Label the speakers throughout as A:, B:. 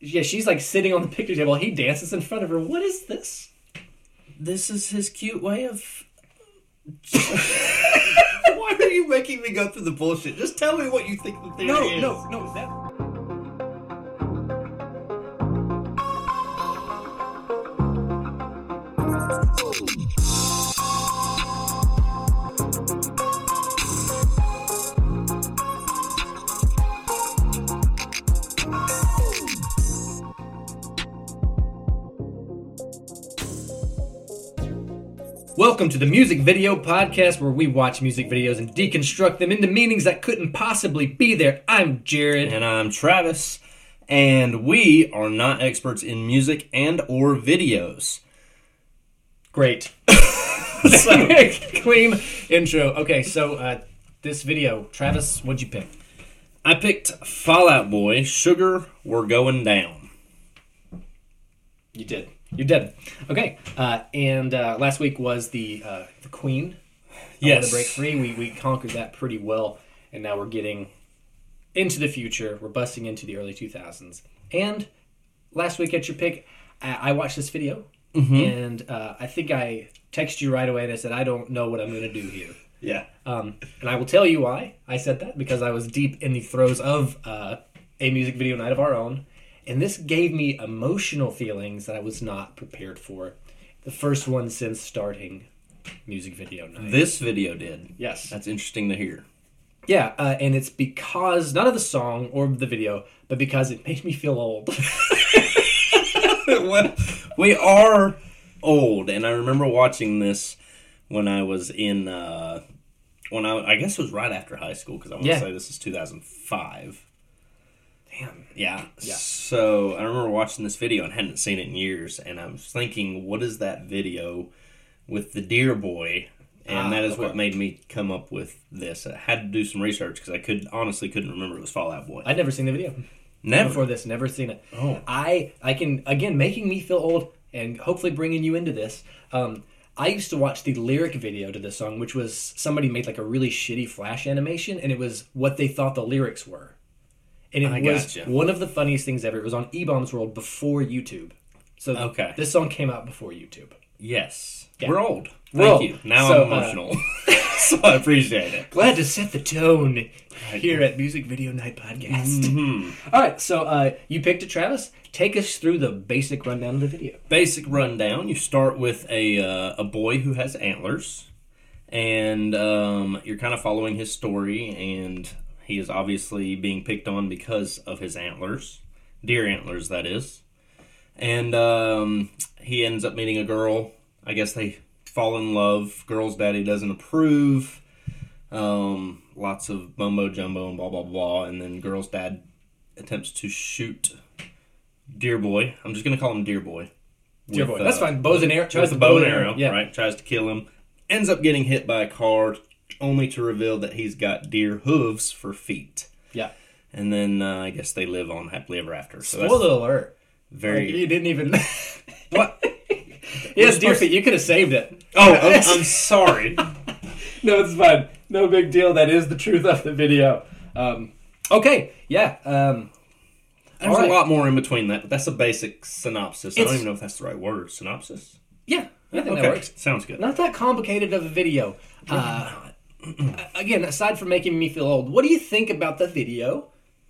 A: yeah, she's like sitting on the picnic table. He dances in front of her. What is this?
B: This is his cute way of.
C: Why are you making me go through the bullshit? Just tell me what you think the theory
A: No,
C: is.
A: no, no. That... Welcome to the Music Video Podcast, where we watch music videos and deconstruct them into meanings that couldn't possibly be there. I'm Jared.
C: And I'm Travis, and we are not experts in music and or videos.
A: Great.
C: So-
A: Clean intro. Okay, so uh, this video, Travis, what'd you pick?
C: I picked Fallout Boy, Sugar, We're Going Down.
A: You did. You did. Okay. Uh, and uh, last week was the uh, the Queen.
C: Yes.
A: The break free. We we conquered that pretty well, and now we're getting into the future. We're busting into the early two thousands. And last week at your pick, I, I watched this video, and uh, I think I texted you right away, and I said I don't know what I'm going to do here.
C: Yeah.
A: Um, and I will tell you why I said that because I was deep in the throes of uh, a music video night of our own, and this gave me emotional feelings that I was not prepared for. The first one since starting music video night.
C: This video did.
A: Yes.
C: That's interesting to hear.
A: Yeah, uh, and it's because not of the song or the video, but because it made me feel old.
C: well, we are old, and I remember watching this when I was in uh, when I I guess it was right after high school because I want to
A: Yeah.
C: say this is 2005.
A: Damn.
C: Yeah. So I remember watching this video and hadn't seen it in years, and I was thinking, what is that video with the deer boy? And
A: Ah,
C: that is what
A: okay.
C: made me come up with this. I had to do some research because I could honestly couldn't remember it was Fallout Boy.
A: I'd never seen the video
C: Never.
A: before this. Never seen it.
C: Oh.
A: I I can again making me feel old and hopefully bringing you into this. Um, I used to watch the lyric video to this song, which was somebody made like a really shitty flash animation, and it was what they thought the lyrics were, and it
C: I
A: was
C: gotcha.
A: one of the funniest things ever. It was on E Bombs World before YouTube, so
C: Okay.
A: this song came out before YouTube.
C: Yes.
A: Yeah.
C: We're old.
A: We're
C: Thank
A: old.
C: you. Now
A: So,
C: I'm
A: uh,
C: emotional. so I appreciate it.
A: Glad to set the tone here at Music Video Night Podcast.
C: Mm. Hmm.
A: All right, so uh, you picked it, Travis. Take us through the basic rundown of the video.
C: basic rundown you start with a, uh, a boy who has antlers and um, you're kind of following his story and he is obviously being picked on because of his antlers deer antlers that is and um, he ends up meeting a girl i guess they fall in love girl's daddy doesn't approve um, lots of mumbo jumbo and blah blah blah and then girl's dad attempts to shoot deer boy i'm just gonna call him deer boy
A: Dear
C: With,
A: boy, that's
C: uh,
A: fine. Bows and arrow.
C: tries the bow and arrow,
A: Yeah.
C: right? Tries to kill him. Ends up getting hit by a car, only to reveal that he's got deer hooves for feet.
A: Yeah.
C: And then uh, I guess they live on happily ever after. So that's
A: Spoiler alert.
C: very
A: you didn't even.
C: what?
A: yes, dear feet. You could have saved it.
C: Oh, I'm, I'm sorry.
A: No, it's fine. No big deal. That is the truth of the video. Um, okay. Yeah. Um,
C: There's
A: All right.
C: a lot more in between that, but that's a basic synopsis. I don't
A: It's-
C: even know if that's the right word. Synopsis.
A: yeah. I think that works.
C: Sounds good.
A: Not that complicated of a video. Uh, again, aside from making me feel old, what do you think about the video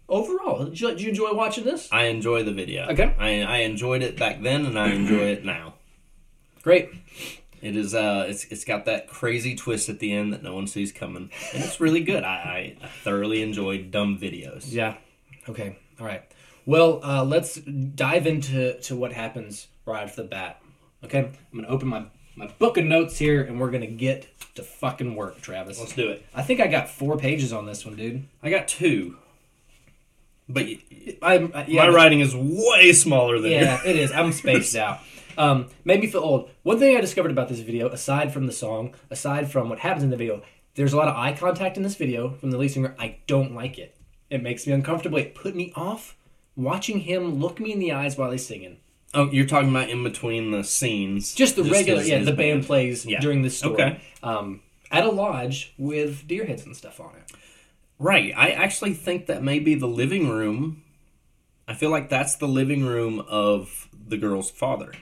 A: overall? Did you, did you enjoy watching this?
C: I enjoy the video.
A: Okay.
C: I, I enjoyed it back then, and I enjoy it now.
A: Great.
C: It is. Uh, it's it's got that crazy twist at the end that no one sees coming, and it's really good. I, I thoroughly enjoy dumb videos.
A: Yeah. Okay. All right. Well, uh, let's dive into to what happens right off the bat. Okay. I'm gonna open my my book of notes here, and we're gonna get to fucking work, Travis.
C: Let's do it.
A: I think I got four pages on this one, dude.
C: I got two, but y- y-
A: I'm uh, yeah,
C: my writing is way smaller than
A: yeah,
C: yours.
A: it is. I'm spaced out. Um, made me feel old. One thing I discovered about this video, aside from the song, aside from what happens in the video, there's a lot of eye contact in this video from the lead singer. I don't like it. It makes me uncomfortable. It put me off watching him look me in the eyes while he's singing.
C: Oh, you're talking about in between the scenes,
A: just the regular
C: his-
A: yeah
C: his
A: the band, plays
C: Yeah.
A: during this story
C: Okay.
A: um, at a lodge with deer heads and stuff on it
C: Right. I actually think that may be the living room. I feel like that's the living room of the girl's father.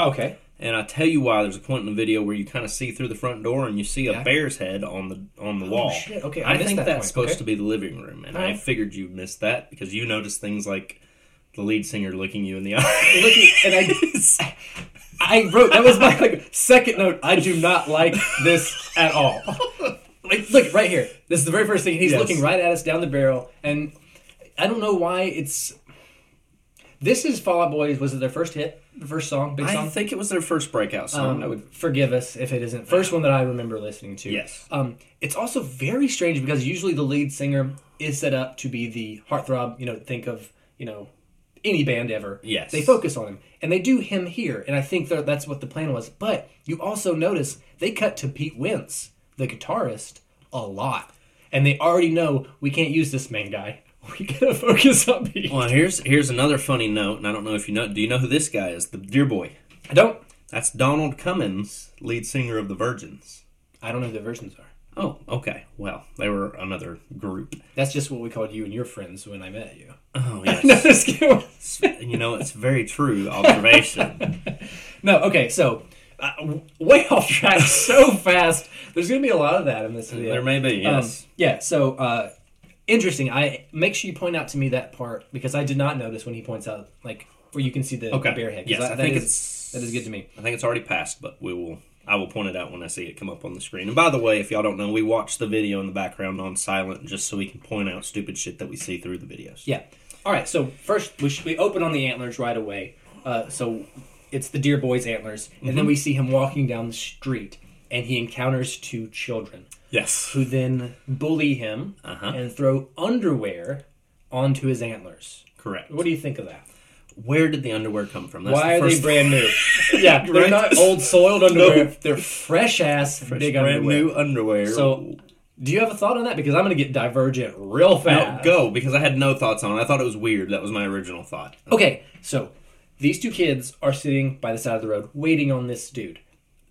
A: Okay.
C: And I tell you why. There's a point in the video where you kind of see through the front door and you see a
A: Yeah.
C: bear's head on the on the wall.
A: shit. Okay, I
C: I,
A: missed
C: think
A: that
C: that's
A: point.
C: supposed
A: Okay.
C: to be the living room, and I
A: Alright.
C: figured you missed that because you notice things like the lead singer looking you in the eye.
A: Look, and I, I wrote that was my like second note. I do not like this at all. Like, look right here. This is the very first thing. He's
C: Yes.
A: looking right at us down the barrel, and I don't know why it's. This is Fall Out Boys. Was it their first hit? The first song, big
C: I
A: song.
C: think it was their first breakout song.
A: Um,
C: I would.
A: forgive us if it isn't first one that I remember listening to.
C: Yes.
A: Um, it's also very strange because usually the lead singer is set up to be the heartthrob. You know, think of you know any band ever.
C: Yes.
A: They focus on him, and they do him here, and I think that that's what the plan was. But you also notice they cut to Pete Wentz, the guitarist, a lot, and they already know we can't use this main guy. We gotta focus on Pete.
C: Well, here's here's another funny note, and I don't know if you know. Do you know who this guy is? The Dear Boy.
A: I don't.
C: That's Donald Cummins, lead singer of the Virgins.
A: I don't know who the versions are.
C: Oh, okay. Well, they were another group.
A: That's just what we called you and your friends when I met you.
C: Oh yes.
A: No, just kidding.
C: you know, it's very true observation.
A: No, okay, so uh, w- way off track so fast. There's going to be a lot of that in this video.
C: There may be,
A: Um,
C: yes.
A: yeah, so uh, interesting. I make sure you point out to me that part because I did not notice when he points out like where you can see the,
C: Okay.
A: the bear head. 'cause
C: Yes,
A: that-
C: I
A: that
C: think
A: is-
C: it's-
A: that is good to me.
C: I think it's already passed, but we will I will point it out when I see it come up on the screen. And by the way, if y'all don't know, we watch the video in the background on silent just so we can point out stupid shit that we see through the videos.
A: Yeah. All right. So first, we, sh- we open on the antlers right away. Uh, so it's the dear boy's antlers, and
C: Mm-hmm.
A: then we see him walking down the street, and he encounters two children.
C: Yes.
A: who then bully him
C: Uh-huh.
A: and throw underwear onto his antlers.
C: Correct.
A: What do you think of that?
C: Where did the underwear come from? That's
A: Why
C: the
A: are they
C: first-
A: brand new? yeah, they're
C: Right?
A: not old soiled underwear. They're fresh ass
C: first
A: big
C: brand
A: underwear.
C: new underwear?
A: So, do you have a thought on that? Because I'm going to get divergent real
C: no,
A: fast.
C: go because I had no thoughts on it. I thought it was weird. That was my original thought.
A: Okay, so these two kids are sitting by the side of the road waiting on this dude.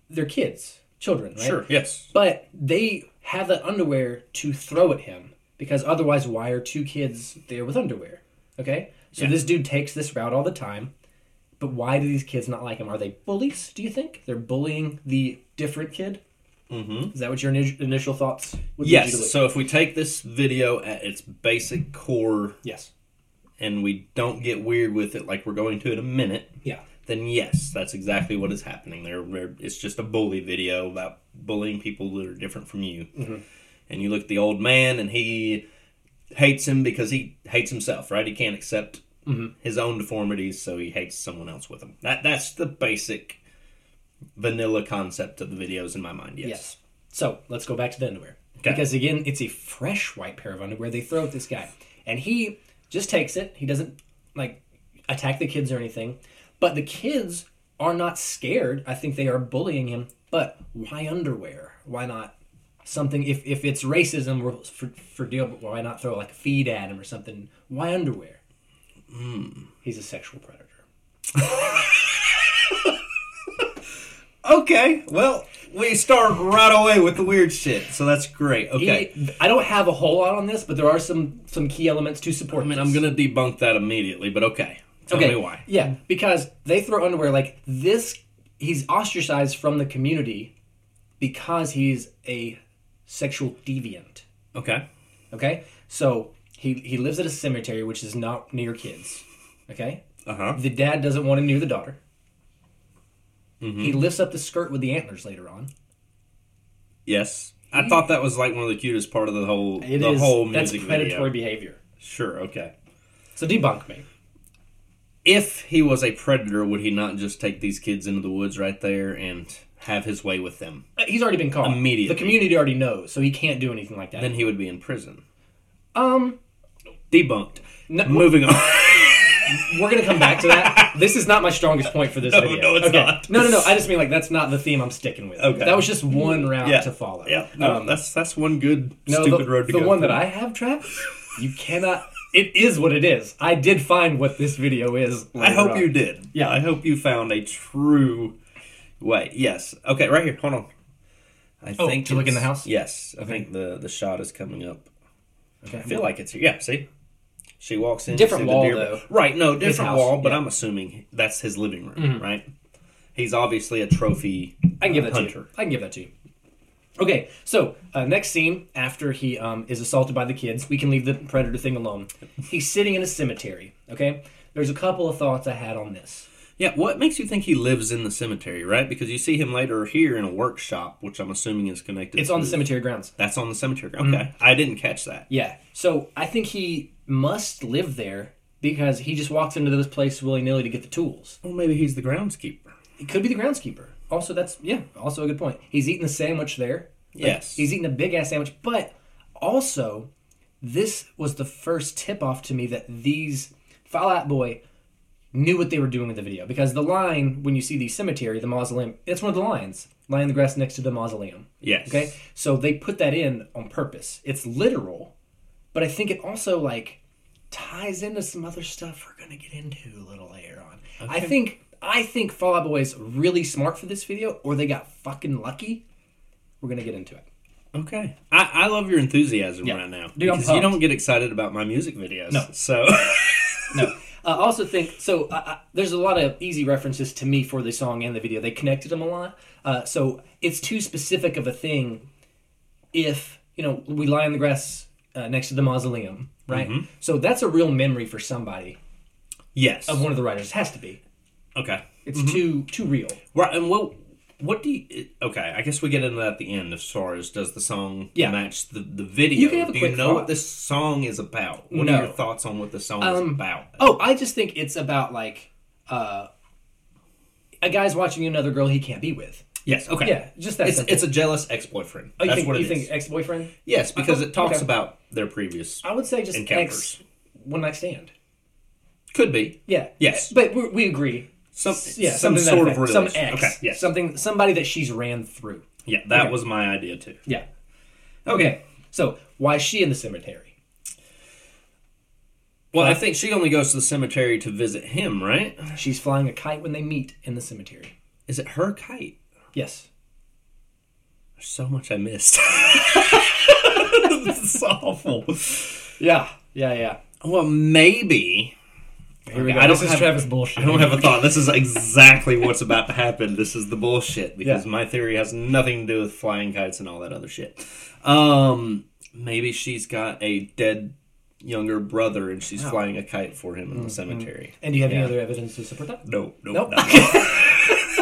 A: They're kids, children, right?
C: Sure. Yes.
A: But they have that underwear to throw at him because otherwise, why are two kids there with underwear? Okay, so this dude takes this route all the time. But why do these kids not like him? Are they bullies? Do you think they're bullying the different kid? Mm-hmm. Is that what your ini- initial thoughts would lead you to
C: Yes.
A: believe?
C: So if we take this video at its basic core
A: yes.
C: and we don't get weird with it like we're going to in a minute,
A: Yeah.
C: then yes, that's exactly what is happening. There, where it's just a bully video about bullying people that are different from you.
A: Mm-hmm.
C: And you look at the old man, and he hates him because he hates himself, right? He can't accept
A: Mm-hmm.
C: his own deformities, so he hates someone else with him. That that's the basic vanilla concept of the videos in my mind. Yes.
A: Yes. So let's go back to the underwear.
C: Okay.
A: Because again, it's a fresh white pair of underwear they throw at this guy. And he just takes it. He doesn't like attack the kids or anything. But the kids are not scared. I think they are bullying him. But why underwear? Why not something? If, if it's racism we're for, for deal, but why not throw like a feed at him or something? Why underwear?
C: Hmm.
A: He's a sexual predator.
C: Okay. Well, we start right away with the weird shit, so that's great. Okay.
A: He, I don't have a whole lot on this, but there are some some key elements to support.
C: I mean,
A: this.
C: I'm gonna debunk that immediately, but okay. Tell me why.
A: Yeah, because they throw underwear like this. He's ostracized from the community because he's a sexual deviant.
C: Okay.
A: Okay, so he he lives at a cemetery which is not near kids. Okay,
C: Uh huh.
A: the dad doesn't want him near the daughter. He lifts up the skirt with the antlers later on.
C: Yes. I thought that was like one of the cutest part of the whole
A: It is
C: the whole
A: that's
C: music
A: predatory
C: video.
A: behavior.
C: Sure. Okay.
A: So debunk me.
C: If he was a predator, would he not just take these kids into the woods right there and have his way with them?
A: Uh, He's already been caught.
C: Immediately.
A: the community already knows, so he can't do anything like that.
C: Then he would be in prison.
A: um,
C: Debunked.
A: No-
C: Moving on.
A: We're gonna come back to that. this is not my strongest point for this
C: No,
A: video.
C: no, it's
A: Okay.
C: not.
A: No, no, no. I just mean like that's not the theme I'm sticking with.
C: Okay. Mm,
A: That was just one route
C: Yeah.
A: to follow.
C: yeah. No,
A: Um,
C: that's that's one good
A: no,
C: stupid
A: the,
C: road to
A: the
C: go.
A: one that
C: through.
A: I have, Travis, you cannot. It is what it is. I did find what this video is.
C: I
A: later
C: hope
A: on.
C: you did.
A: Yeah.
C: I hope you found a true way. Yes. Okay, right here. Hold on. I
A: Oh, to look in
C: it's-
A: the house?
C: Yes. I think the the shot is coming up.
A: Okay.
C: I feel like it's here. Yeah, see? She walks in.
A: Different
C: you see the
A: wall,
C: deer-
A: though.
C: Right, no, different
A: house,
C: wall, but
A: yeah. Mm-hmm.
C: I'm assuming that's his living room, right? He's obviously a trophy.
A: I can give that to you.
C: Hunter.
A: I can give that to you. Okay, so uh, next scene after he um, is assaulted by the kids, we can leave the predator thing alone. He's sitting in a cemetery. Okay, there's a couple of thoughts I had on this.
C: Yeah, what makes you think he lives in the cemetery, right? Because you see him later here in a workshop, which I'm assuming is connected.
A: It's on the
C: to-
A: cemetery Mm-hmm. grounds.
C: That's on the cemetery. Okay, I didn't catch that.
A: Yeah, so I think he must live there because he just walks into this place willy nilly to get the tools.
C: Well, maybe he's the groundskeeper.
A: It could be the groundskeeper. Also, that's yeah, also a good point. He's eating a sandwich there. Like,
C: Yes.
A: he's eating a big ass sandwich, but also this was the first tip off to me that these Fallout Boy knew what they were doing with the video because the line when you see the cemetery, the mausoleum, it's one of the lines lying in the grass next to the mausoleum.
C: Yes.
A: Okay, so they put that in on purpose. It's literal, but I think it also like ties into some other stuff we're gonna get into a little later on. I think I think Fall Out Boy is really smart for this video, or they got fucking lucky. We're gonna get into it.
C: Okay. I, I love your enthusiasm right now.
A: Dude, I'm
C: because you
A: pumped.
C: don't get excited about my music videos.
A: No.
C: So
A: No, I also think so. Uh, uh, there's a lot of easy references to me for the song and the video. They connected them a lot. Uh, so it's too specific of a thing. If you know, we lie in the grass uh, next to the mausoleum, right? So that's a real memory for somebody.
C: yes.
A: One of the writers has to be.
C: Okay.
A: It's too too real.
C: Right. And what what do you? Okay. I guess we get into that at the end as far as does the song
A: Yeah.
C: match the the video?
A: You can have a
C: do
A: quick
C: you know
A: thought.
C: what this song is about? What
A: No.
C: are your thoughts on what the song is about?
A: Oh, I just think it's about like uh, a guy's watching another girl he can't be with.
C: Yes. Okay.
A: Yeah, just that.
C: It's,
A: simple.
C: it's a jealous ex boyfriend.
A: Oh, you
C: That's
A: think,
C: what it
A: you
C: is.
A: think ex boyfriend?
C: yes, because it talks
A: okay.
C: about their previous.
A: I would say just ex
C: Encounters.
A: one night stand.
C: Could be
A: Yeah.
C: Yes.
A: But we we agree.
C: some
A: Yeah. something
C: some
A: to that
C: sort of
A: effect.
C: relation.
A: Some ex.
C: Okay. Yes.
A: Something. Somebody that she's ran through.
C: yeah. That
A: Okay.
C: was my idea too.
A: Yeah. Okay. So why is she in the cemetery?
C: Well, I think she only goes to the cemetery to visit him, right?
A: She's flying a kite when they meet in the cemetery.
C: Is it her kite?
A: Yes.
C: There's so much I missed. this is awful.
A: Yeah. Yeah. Yeah.
C: Well, maybe.
A: Here we
C: Okay,
A: go.
C: I don't
A: this is
C: have-
A: Travis bullshit.
C: I don't have a thought. This is exactly what's about to happen. This is the bullshit because
A: Yeah.
C: my theory has nothing to do with flying kites and all that other shit. Um, maybe she's got a dead younger brother and she's flying a kite for him in the cemetery.
A: And do you have any
C: Yeah.
A: other evidence to support that?
C: No, no,
A: Nope.
C: no. Not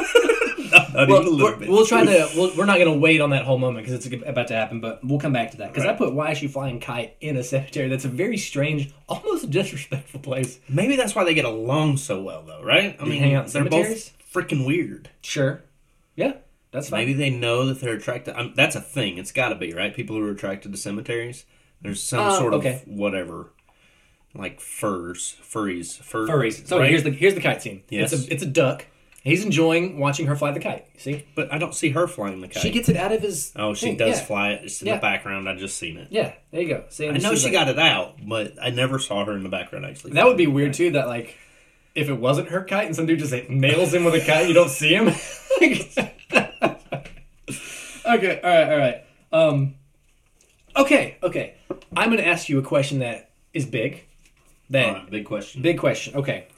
C: even a
A: Well,
C: little
A: we're,
C: bit.
A: we'll try to. We'll, we're not going to wait on that whole moment because it's about to happen. But we'll come back to that because I
C: Right.
A: put "Why is she flying kite in a cemetery?" That's a very strange, almost disrespectful place.
C: Maybe that's why they get along so well, though, right? I mean,
A: hang out in
C: they're both
A: cemeteries?
C: freaking weird.
A: Sure. Yeah, that's fine.
C: Maybe they know that they're attracted. Um, that's a thing. It's got to be right. People who are attracted to cemeteries. There's some
A: Uh,
C: sort
A: okay.
C: of whatever, like furs, furries, fur,
A: Furries. So
C: right?
A: here's the here's the kite scene.
C: Yes.
A: It's a it's a duck. He's enjoying watching her fly the kite. See,
C: But I don't see her flying the kite.
A: she gets it out of his.
C: oh, she
A: thing,
C: does
A: yeah.
C: fly it. It's in
A: Yeah.
C: the background. I just seen it.
A: Yeah, there you go. See,
C: I know she got it out, but I never saw her in the background actually.
A: That would be weird too. That like, if it wasn't her kite and some dude just like nails him with a kite, you don't see him. okay, all right, all right. Um, okay, okay. I'm gonna ask you a question that is big. That
C: All right, big question.
A: Big question. Okay.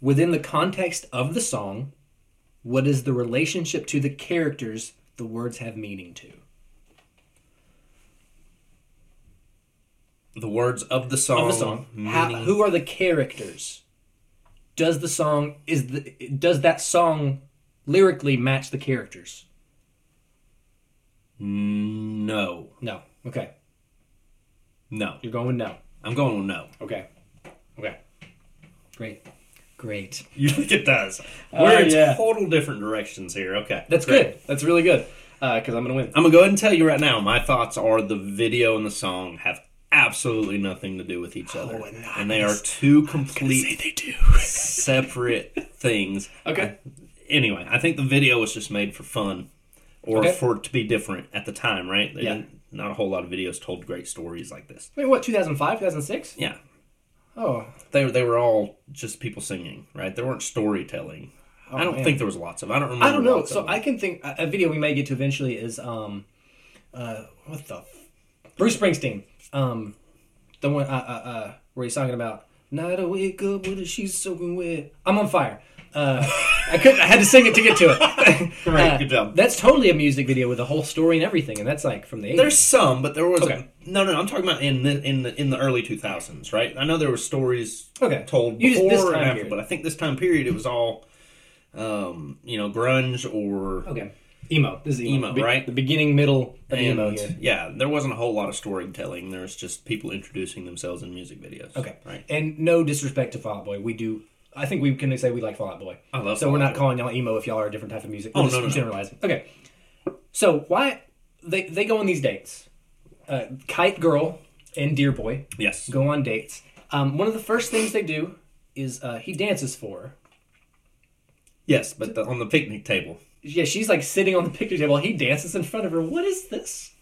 A: Within the context of the song, what is the relationship to the characters the words have meaning to?
C: the words of the song.
A: Of the song, how,
C: Oh, meaning-
A: who are the characters? Does the song is the does that song lyrically match the characters?
C: No,
A: No. Okay.
C: no.
A: You're going with no.
C: I'm going with no.
A: Okay. Okay. Great. Great.
C: You think it does? We're in
A: Oh, yeah.
C: total different directions here. Okay,
A: That's
C: Great.
A: good. That's really good. Because I'm gonna win.
C: I'm gonna go ahead and tell you right now. My thoughts are the video and the song have absolutely nothing to do with each other,
A: Oh, and
C: and, they are two complete
A: they do.
C: separate things.
A: Okay.
C: Anyway, I think the video was just made for fun, or
A: Okay.
C: for it to be different at the time, right? They
A: Yeah.
C: didn't- Not a whole lot of videos told great stories like this.
A: Wait, what? 2005, 2006?
C: Yeah,
A: Oh,
C: they they were all just people singing, right? They weren't storytelling. I don't
A: Oh, man.
C: think there was lots of. I don't remember.
A: I don't know.
C: lots of
A: So
C: them.
A: I can think a a video we may get to eventually is um, uh, what the f- Bruce Springsteen um, the one uh, uh, uh, where he's talking about not a wake up with a she's soaking wet. I'm on fire. Uh, I couldn't. I had to sing it to get to it.
C: Great,
A: Uh,
C: good job.
A: That's totally a music video with a whole story and everything, and that's like from the 80s.
C: There's some, but there was
A: Okay.
C: no, no. I'm talking about in the in the in the early 2000s, right? I know there were stories
A: Okay.
C: told
A: You just-
C: before
A: this
C: and
A: time
C: after,
A: period.
C: but I think this time period it was all, um, you know, Oh, grunge or
A: okay. Emo. This is emo,
C: Emo, right?
A: The beginning, middle of
C: and
A: emo here.
C: yeah, there wasn't a whole lot of storytelling. There was just people introducing themselves in music videos.
A: Okay.
C: right.
A: And no disrespect to Fall Out Boy. We do. I think we can say we like Fall Out Boy.
C: I love
A: So
C: Fall
A: we're
C: Out
A: not
C: Boy.
A: calling y'all emo if y'all are a different type of music. We're
C: Oh,
A: just
C: no, no, no.
A: generalizing. Okay. So why they they go on these dates? Uh, Kite Girl and Dear Boy
C: Yes.
A: go on dates. Um, one of the first things they do is uh, he dances for her.
C: Yes, but the, on the picnic table.
A: Yeah, she's like sitting on the picnic table. He dances in front of her. What is this?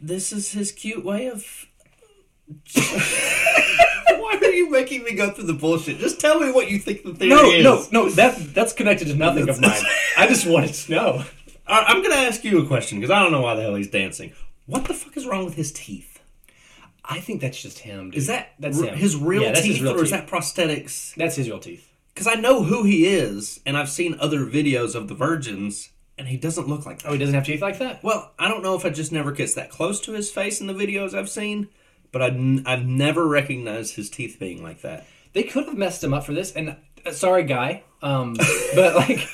B: This is his cute way of.
C: Why are you making me go through the bullshit? Just tell me what you think the theory
A: No,
C: is.
A: no, no. That that's connected to nothing of mine. I just wanted to know.
C: I, I'm gonna ask you a question because I don't know why the hell he's dancing. What the fuck is wrong with his teeth?
A: I think that's just him. Dude.
C: Is that
A: that's
C: r-
A: him.
C: his real
A: Yeah, that's
C: teeth,
A: his real
C: or is
A: teeth.
C: that prosthetics?
A: That's his real teeth.
C: Because I know who he is, and I've seen other videos of the virgins, and he doesn't look like that.
A: Oh, he doesn't have teeth like that?
C: Well, I don't know if I just never gets that close to his face in the videos I've seen, but I n- I've never recognized his teeth being like that.
A: They could have messed him up for this. And uh, sorry, guy. Um, but like,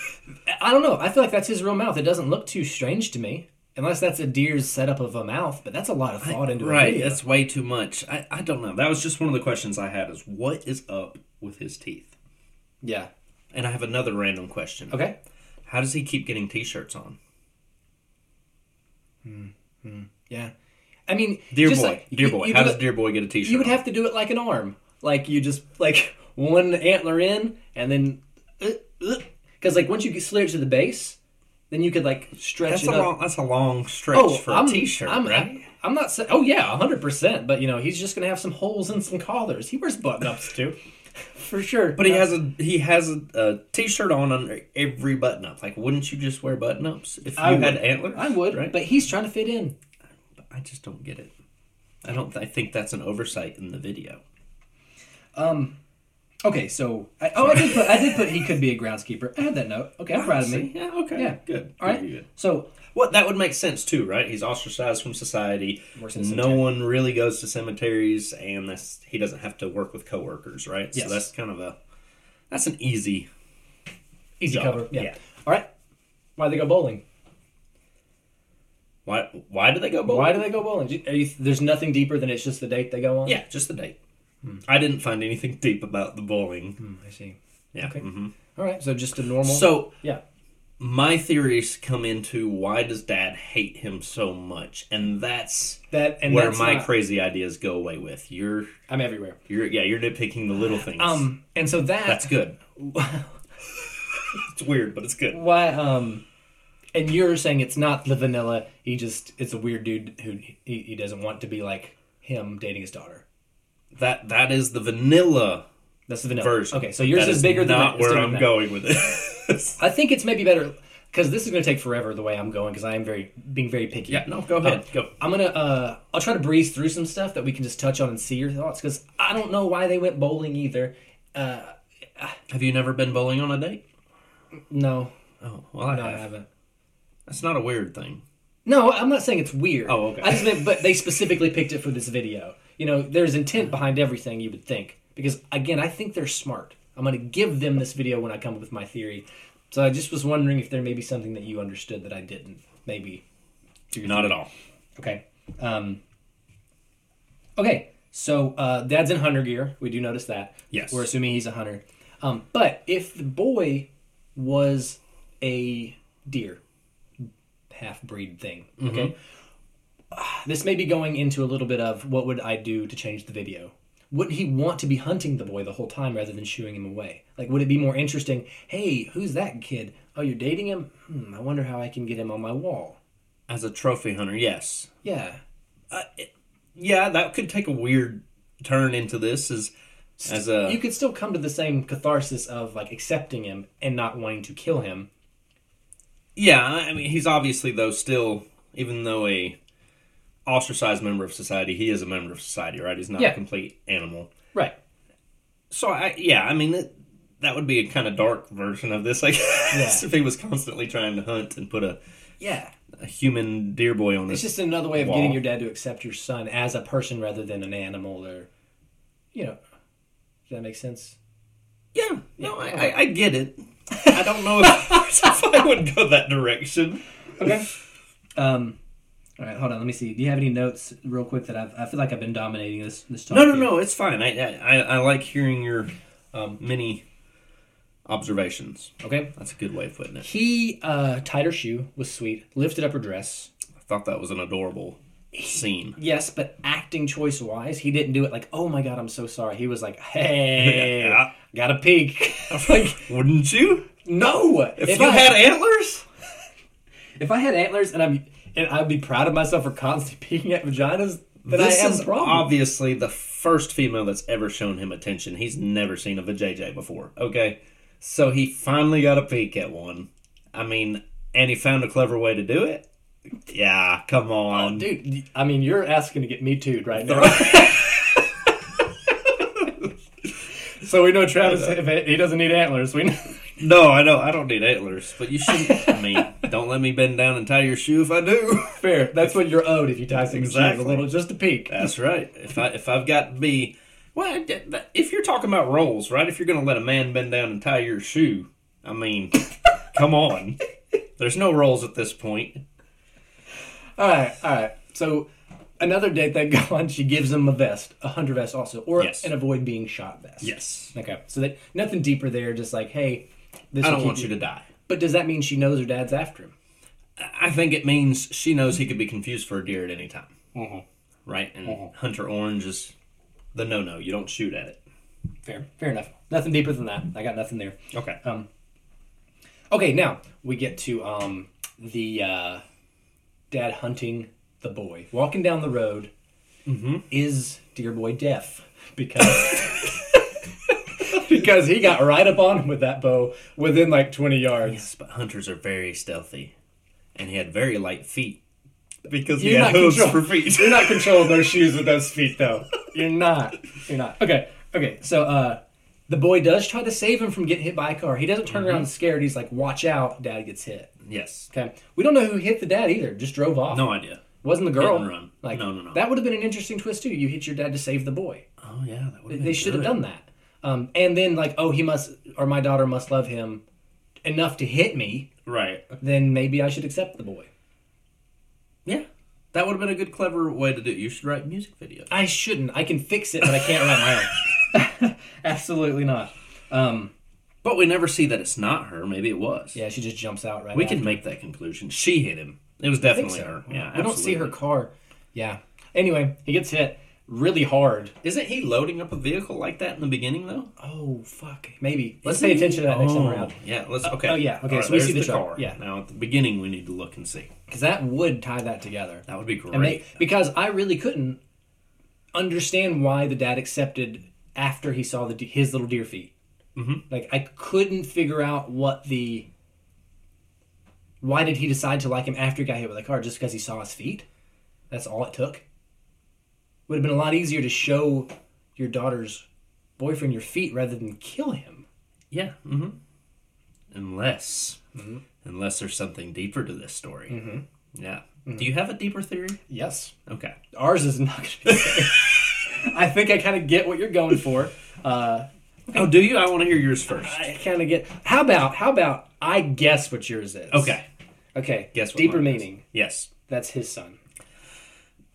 A: I don't know. I feel like that's his real mouth. It doesn't look too strange to me, unless that's a deer's setup of a mouth. But that's a lot of thought into a
C: Right,
A: video.
C: that's way too much. I, I don't know. That was just one of the questions I had: is what is up with his teeth?
A: Yeah.
C: And I have another random question.
A: Okay.
C: How does he keep getting T-shirts on?
A: Yeah. I mean,
C: Dear
A: just
C: boy,
A: like-
C: dear
A: you-
C: boy.
A: you
C: How
A: do
C: does
A: it-
C: dear boy get a T-shirt?
A: You would
C: on?
A: have to do it like an arm. Like you just like one antler in, and then because like once you get slid it to the base, then you could like stretch
C: That's
A: it
C: a
A: up.
C: long. That's a long stretch for a T-shirt,
A: Oh, I'm,
C: right?
A: I'm not saying. Oh yeah, hundred percent. But you know, he's just gonna have some holes and some collars. He wears button ups too, for sure.
C: But he has a he has a, a T-shirt on under every button up. Like, wouldn't you just wear button ups if you
A: I
C: had
A: would.
C: antlers?
A: I would,
C: right?
A: but he's trying to fit in.
C: I just don't get it. I don't. I think that's an oversight in the video.
A: Okay, so I, oh, I did put I did put he could be a groundskeeper. I had that note. Ah, Okay, I'm proud of
C: See?
A: me.
C: Yeah. Okay.
A: Yeah.
C: Good.
A: All
C: good,
A: right.
C: good.
A: So
C: What that would make sense too, right? He's ostracized from society.
A: Works in a
C: No
A: cemetery.
C: one really goes to cemeteries, and that's he doesn't have to work with coworkers, right?
A: Yes.
C: So that's kind of a that's an easy.
A: easy
C: Job.
A: cover. Yeah.
C: Yeah.
A: All right. Why they go bowling?
C: Why? Why do they go bowling?
A: Why do they go bowling? Do you- are you, there's nothing deeper than it's just the date they go on.
C: Yeah, just the date. I didn't find anything deep about the bowling.
A: Hmm, I see.
C: Yeah.
A: Okay.
C: mhm.
A: All right, so just a normal.
C: So
A: yeah,
C: my theories come into why does Dad hate him so much, and that's
A: that and
C: where
A: that's
C: my
A: not-
C: crazy ideas go away with. You're,
A: I'm everywhere.
C: you're, yeah, you're nitpicking the little things.
A: Um, and so that
C: that's good. it's weird, but it's good.
A: why um and you're saying it's not the vanilla he just it's a weird dude who he, he doesn't want to be like him dating his daughter
C: That that is the vanilla
A: that's the vanilla
C: version.
A: okay so yours
C: That
A: is bigger than that.
C: not
A: It's
C: where
A: different
C: I'm
A: than that.
C: going with it.
A: i think it's maybe better because this is going to take forever the way i'm going because i am very being very picky
C: yeah. No. Go ahead.
A: Um,
C: go.
A: i'm gonna uh i'll try to breeze through some stuff that we can just touch on and see your thoughts because i don't know why they went bowling either uh
C: Have you never been bowling on a date?
A: no
C: Oh, well, I
A: no i
C: have.
A: haven't
C: That's not a weird thing.
A: No, I'm not saying it's weird.
C: Oh, okay.
A: I just meant, but they specifically picked it for this video. You know, there's intent behind everything you would think. Because again, I think they're smart. I'm going to give them this video when I come up with my theory. So I just was wondering if there may be something that you understood that I didn't. Maybe.
C: Not at all.
A: Okay. Um, okay. So uh, dad's in hunter gear. We do notice that.
C: Yes.
A: We're assuming he's a hunter. Um, but if the boy was a deer, half breed thing. Okay. Ah, This may be going into a little bit of what would I do to change the video. Would he want to be hunting the boy the whole time rather than shooing him away? Like, would it be more interesting? Hey, who's that kid? Oh, you're dating him? Hmm, I wonder how I can get him on my wall.
C: As a trophy hunter, yes.
A: Yeah.
C: yeah, that could take a weird turn into this as as a
A: you could still come to the same catharsis of like accepting him and not wanting to kill him.
C: yeah. I mean, he's obviously though still, even though a ostracized member of society, he is a member of society, right? He's not
A: Yeah.
C: a complete animal.
A: Right.
C: So I yeah, I mean that that would be a kind of dark version of this, I guess,
A: Yeah.
C: if he was constantly trying to hunt and put a,
A: Yeah.
C: a human deer boy on
A: It's
C: this.
A: just another way of
C: Wow.
A: getting your dad to accept your son as a person rather than an animal or, you know, does that make sense?
C: yeah, no, I, I, I get it. I don't know if, if I would go that direction.
A: Okay. um, all right, hold on. Let me see. Do you have any notes real quick that I've, I feel like I've been dominating this, this talk?
C: No, no,
A: here.
C: no, it's fine. I I, I I like hearing your um, many observations.
A: Okay.
C: That's a good way of putting it.
A: He uh, tied her shoe, was sweet, lifted up her dress.
C: I thought that was an adorable scene.
A: Yes, but acting choice wise, he didn't do it like, oh my God, I'm so sorry. He was like, hey,
C: Yeah.
A: got a peek. I'm like,
C: Wouldn't you?
A: no.
C: If, you had antlers?
A: If I had antlers and I'm and I'd be proud of myself for constantly peeking at vaginas, then I have a problem.
C: obviously the first female that's ever shown him attention. He's never seen a vajayjay before. Okay, so he finally got a peek at one. I mean, and he found a clever way to do it. Yeah, come on,
A: Oh, Dude, y- I mean, you're asking to get me too right now. so we know Travis if he doesn't need antlers. We know.
C: No, I don't. I don't need antlers, but you shouldn't. I mean, don't let me bend down and tie your shoe if I do.
A: fair. That's what you're owed if you tie something
C: Exactly.
A: a little just a peek.
C: That's right. If I if I've got to be well, I did- if you're talking about roles, right? If you're going to let a man bend down and tie your shoe, I mean, come on. There's no roles at this point.
A: All right, all right. So another date that got on, she gives him a vest, a hunter vest also, or
C: Yes.
A: an avoid being shot vest.
C: Yes.
A: Okay. So that nothing deeper there. Just like, hey, this
C: I
A: will
C: don't
A: keep
C: want you to die.
A: But does that mean she knows her dad's after him?
C: I think it means she knows he could be confused for a deer at any time.
A: Mm-hmm.
C: Right? And Hunter Orange is the no no. You don't shoot at it.
A: Fair, fair enough. Nothing deeper than that. I got nothing there. Um,
C: Okay.
A: Okay, now we get to um, the uh, dad hunting the boy walking down the road. Mm-hmm. Is dear boy deaf because because he got right up on him with that bow within like twenty yards.
C: Yes, but hunters are very stealthy, and he had very light feet because he
A: You're
C: had
A: not
C: hooves
A: control-
C: for feet.
A: You're not controlling those shoes with those feet though. You're not. You're not. Okay. Okay. So uh, the boy does try to save him from getting hit by a car. He doesn't turn
C: Mm-hmm.
A: around scared. He's like, "Watch out! Dad gets hit."
C: yes.
A: Okay. We don't know who hit the dad either. Just drove off.
C: No idea.
A: Wasn't the girl.
C: Hit and run.
A: Like
C: No, no, no.
A: That would have been an interesting twist too. You hit your dad to save the boy.
C: Oh yeah, that would.
A: They should have done that. Um, and then like, oh, he must or my daughter must love him enough to hit me.
C: Right.
A: Then maybe I should accept the boy.
C: Yeah, that would have been a good, clever way to do it. You should write music videos.
A: I shouldn't. I can fix it, but I can't write my own. Absolutely not. Um,
C: But we never see that it's not her. Maybe it was.
A: yeah, she just jumps out right.
C: we
A: after.
C: can make that conclusion. She hit him. It was
A: I think
C: definitely
A: so.
C: her. Yeah,
A: we don't see her
C: absolutely.
A: car. Yeah. Anyway, he gets hit really hard.
C: Isn't he loading up a vehicle like that in the beginning though?
A: Oh fuck. Maybe. Let's
C: Isn't
A: pay
C: he?
A: attention to that next time
C: Oh,
A: around.
C: Yeah, let's. Okay.
A: oh, yeah, okay,
C: All
A: so we
C: there's
A: see the truck, yeah.
C: Now at the beginning, we need to look and see.
A: Because that would tie that together.
C: That would be great.
A: And they, because I really couldn't understand why the dad accepted after he saw the de- his little deer feet. Mm-hmm. Like I couldn't figure out what the why did he decide to like him after he got hit with a car just because he saw his feet? That's all it took. Would have been a lot easier to show your daughter's boyfriend your feet rather than kill him.
C: Yeah. hmm Unless,
A: Mm-hmm.
C: unless there's something deeper to this story. Yeah.
A: Mm-hmm.
C: Do you have a deeper theory?
A: Yes.
C: Okay.
A: Ours is not going to be. the same. I think I kind of get what you're going for. Uh,
C: Oh, do you? I want to hear yours first.
A: I kind of get. How about how about I guess what yours is?
C: Okay.
A: Okay.
C: Guess what
A: Deeper
C: mine is.
A: meaning.
C: Yes.
A: That's his son.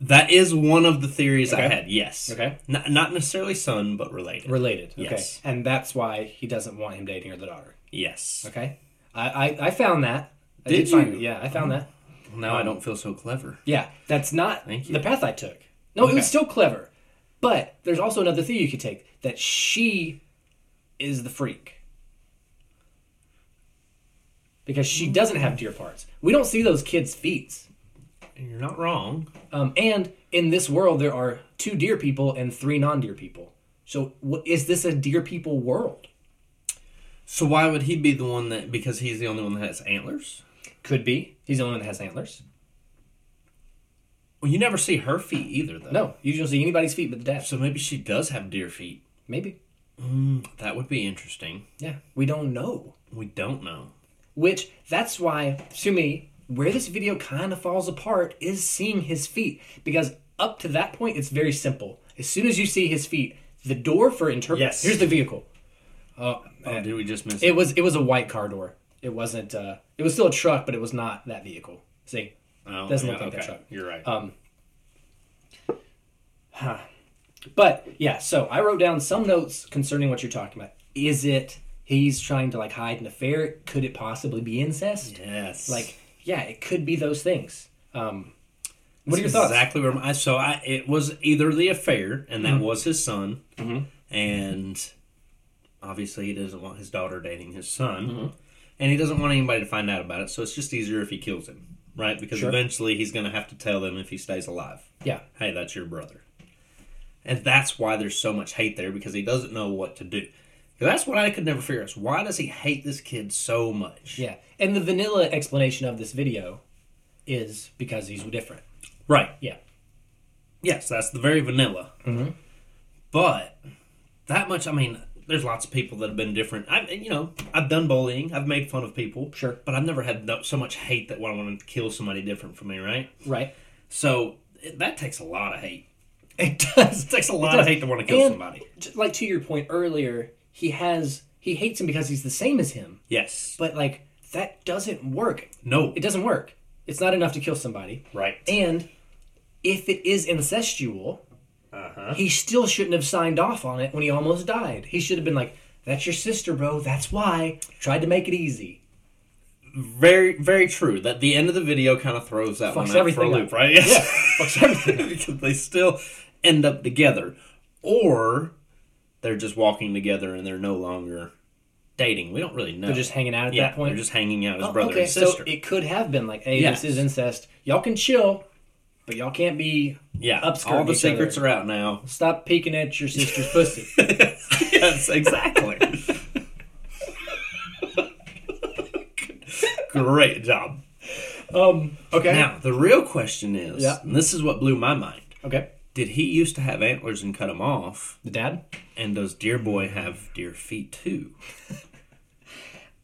C: That is one of the theories I
A: Okay.
C: had. Yes.
A: Okay.
C: Not, not necessarily son, but related.
A: Related. Okay.
C: Yes.
A: And that's why he doesn't want him dating her the daughter.
C: yes.
A: Okay. I I, I found that. I
C: Did
A: find
C: you? Oh.
A: it. Yeah, I found that.
C: Now I don't feel so clever.
A: Yeah, that's not
C: Thank you.
A: the path I took. No, it
C: Okay.
A: was still clever, but there's also another theory you could take that she is the freak. Because she doesn't have deer parts. We don't see those kids' feet.
C: You're not wrong.
A: Um, and in this world, there are two deer people and three non-deer people. So, wh- is this a deer people world?
C: So why would he be the one that? Because he's the only one that has antlers.
A: Could be. He's the only one that has antlers.
C: Well, you never see her feet either, though.
A: No, you don't see anybody's feet but the dad's.
C: So maybe she does have deer feet.
A: Maybe.
C: That would be interesting.
A: Yeah. We don't know.
C: We don't know.
A: Which that's why, to me, where this video kind of falls apart is seeing his feet because up to that point it's very simple. As soon as you see his feet, the door for interpret.
C: Yes.
A: Here's the vehicle.
C: Oh, did we just miss it?
A: It was it was a white car door. It wasn't. Uh, it was still a truck, but it was not that vehicle. See,
C: Oh,
A: doesn't
C: yeah,
A: look like that truck. Um,
C: You're right.
A: But yeah, so I wrote down some notes concerning what you're talking about. Is it he's trying to like hide an affair? Could it possibly be incest?
C: yes.
A: Like, yeah, it could be those things. Um, what are your
C: That's
A: thoughts?
C: Exactly where my so I it was either the affair, and
A: Mm-hmm.
C: that was his son, and obviously he doesn't want his daughter dating his son,
A: Mm-hmm.
C: and he doesn't want anybody to find out about it. So it's just easier if he kills him, right? Because
A: Sure.
C: eventually he's going to have to tell them if he stays alive.
A: Yeah,
C: Hey, that's your brother, and that's why there's so much hate there because he doesn't know what to do. That's what I could never figure out. is Why does he hate this kid so much?
A: yeah. And the vanilla explanation of this video is because he's different.
C: Right.
A: Yeah,
C: Yes, that's the very vanilla. Mm-hmm. But that much, I mean, there's lots of people that have been different. I, and, you know, I've done bullying. I've made fun of people.
A: Sure.
C: But I've never had no, so much hate that I want to kill somebody different from me, right?
A: right.
C: So it, that takes a lot of hate.
A: It does.
C: It takes a lot
A: does.
C: of hate to want to kill
A: And-
C: somebody.
A: J- Like to your point earlier, he has he hates him because he's the same as him.
C: Yes.
A: But like that doesn't work.
C: no.
A: It doesn't work. It's not enough to kill somebody.
C: right.
A: And if it is incestual,
C: Uh-huh.
A: he still shouldn't have signed off on it when he almost died. He should have been like, "That's your sister, bro. That's why." Tried to make it easy.
C: Very, very true. That the end of the video kind of throws that one
A: Fucks
C: out for a
A: everything
C: loop,
A: up.
C: right?
A: Yeah,
C: Yes.
A: fucks everything.
C: because they still end up together, or they're just walking together and they're no longer dating. We don't really know.
A: They're just hanging out at
C: yeah,
A: that point.
C: they're just hanging out as
A: Oh,
C: brother
A: okay,
C: and
A: so
C: sister.
A: it could have been like, "Hey,
C: Yes.
A: this is incest. Y'all can chill, but y'all can't be.
C: yeah,
A: upskirt
C: all the
A: each
C: secrets
A: other.
C: are out now.
A: Stop peeking at your sister's pussy."
C: yes, exactly. Great job.
A: Um. Okay.
C: Now the real question is,
A: Yeah.
C: and this is what blew my mind:
A: Okay.
C: Did he used to have antlers and cut them off?
A: The dad.
C: And does Dear Boy have deer feet too?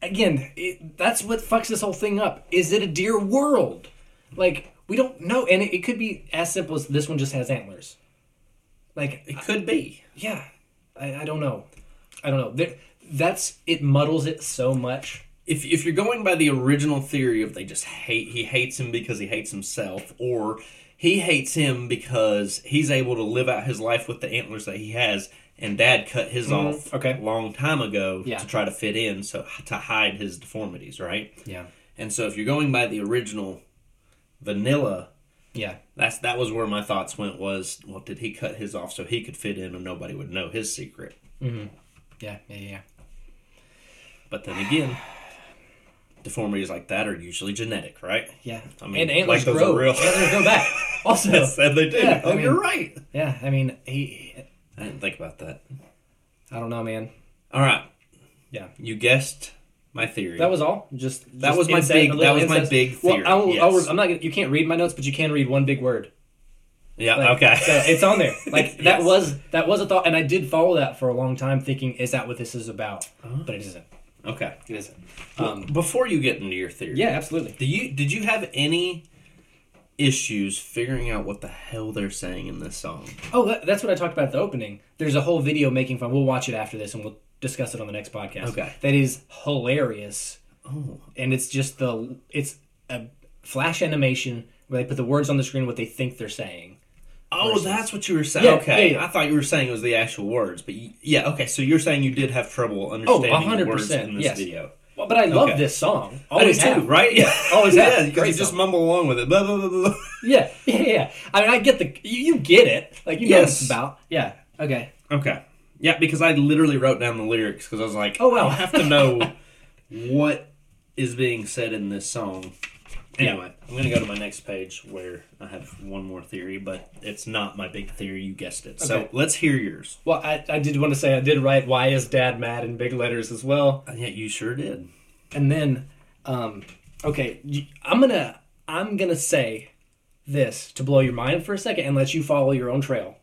A: again, it, that's what fucks this whole thing up. Is it a deer world? Like we don't know, and it, it could be as simple as this one just has antlers. Like
C: It could be.
A: yeah, I, I don't know, I don't know. There, that's it muddles it so much.
C: if if you're going by the original theory of they just hate he hates him because he hates himself or he hates him because he's able to live out his life with the antlers that he has and dad cut his off
A: Mm-hmm. okay.
C: a long time ago
A: Yeah.
C: to try to fit in so to hide his deformities right
A: Yeah,
C: and so if you're going by the original vanilla
A: yeah,
C: that's that was where my thoughts went was well did he cut his off so he could fit in and nobody would know his secret
A: yeah, yeah, yeah.
C: but then again deformities like that are usually genetic right
A: yeah.
C: I mean,
A: and antlers
C: like those
A: grow.
C: are real.
A: Antlers go back. Also,
C: and they do.
A: Yeah,
C: oh,
A: I mean-
C: you're right.
A: yeah. I mean, he.
C: I didn't think about that.
A: I don't know, man.
C: All right.
A: Yeah.
C: You guessed my theory.
A: That was all. Just that
C: was my big- that was my big theory,
A: Well, I'll, I'll,
C: yes.
A: I'm not. Gonna, you can't read my notes, but you can read one big word.
C: yeah.
A: Like,
C: okay.
A: so it's on there. Like that
C: Yes.
A: was that was a thought, and I did follow that for a long time, thinking, "Is that what this is about?"
C: Oh.
A: But it isn't.
C: okay.
A: It isn't. Um,
C: Before you get into your theory,
A: yeah, absolutely.
C: Do you did you have any issues figuring out what the hell they're saying in this song?
A: Oh, that, that's what I talked about at the opening. There's a whole video making fun. We'll watch it after this, and we'll discuss it on the next podcast.
C: Okay.
A: That is hilarious,
C: Oh,
A: and it's just the it's a flash animation where they put the words on the screen what they think they're saying.
C: oh,
A: Versus-
C: that's what you were saying.
A: Yeah,
C: okay,
A: yeah, yeah.
C: I thought you were saying it was the actual words, but you, yeah, okay. So you're saying you did have
A: Oh,
C: trouble understanding the words
A: 100%,
C: in this
A: yes.
C: video.
A: Well, but I love
C: Okay.
A: this song.
C: I do
A: Always
C: too,
A: have.
C: right? Oh, Yeah,
A: always
C: yeah.
A: have.
C: Because
A: Great
C: you just
A: song.
C: mumble along with it. Blah, blah, blah, blah.
A: Yeah, yeah, yeah. I mean, I get the you, you get it. Like you know what it's
C: Yes.
A: about. Yeah. Okay.
C: Okay. Yeah, because I literally wrote down the lyrics because I was like,
A: Oh, wow.
C: I'll have to know what is being said in this song. Anyway, I'm going to go to my next page where I have one more theory, but it's not my big theory. You guessed it. So
A: Okay.
C: let's hear yours.
A: Well, I, I did want to say I did write "Why is Dad mad?" in big letters as well,
C: Uh, Yeah, you sure did.
A: and then, um, okay, y- I'm gonna I'm gonna say this to blow your mind for a second and let you follow your own trail.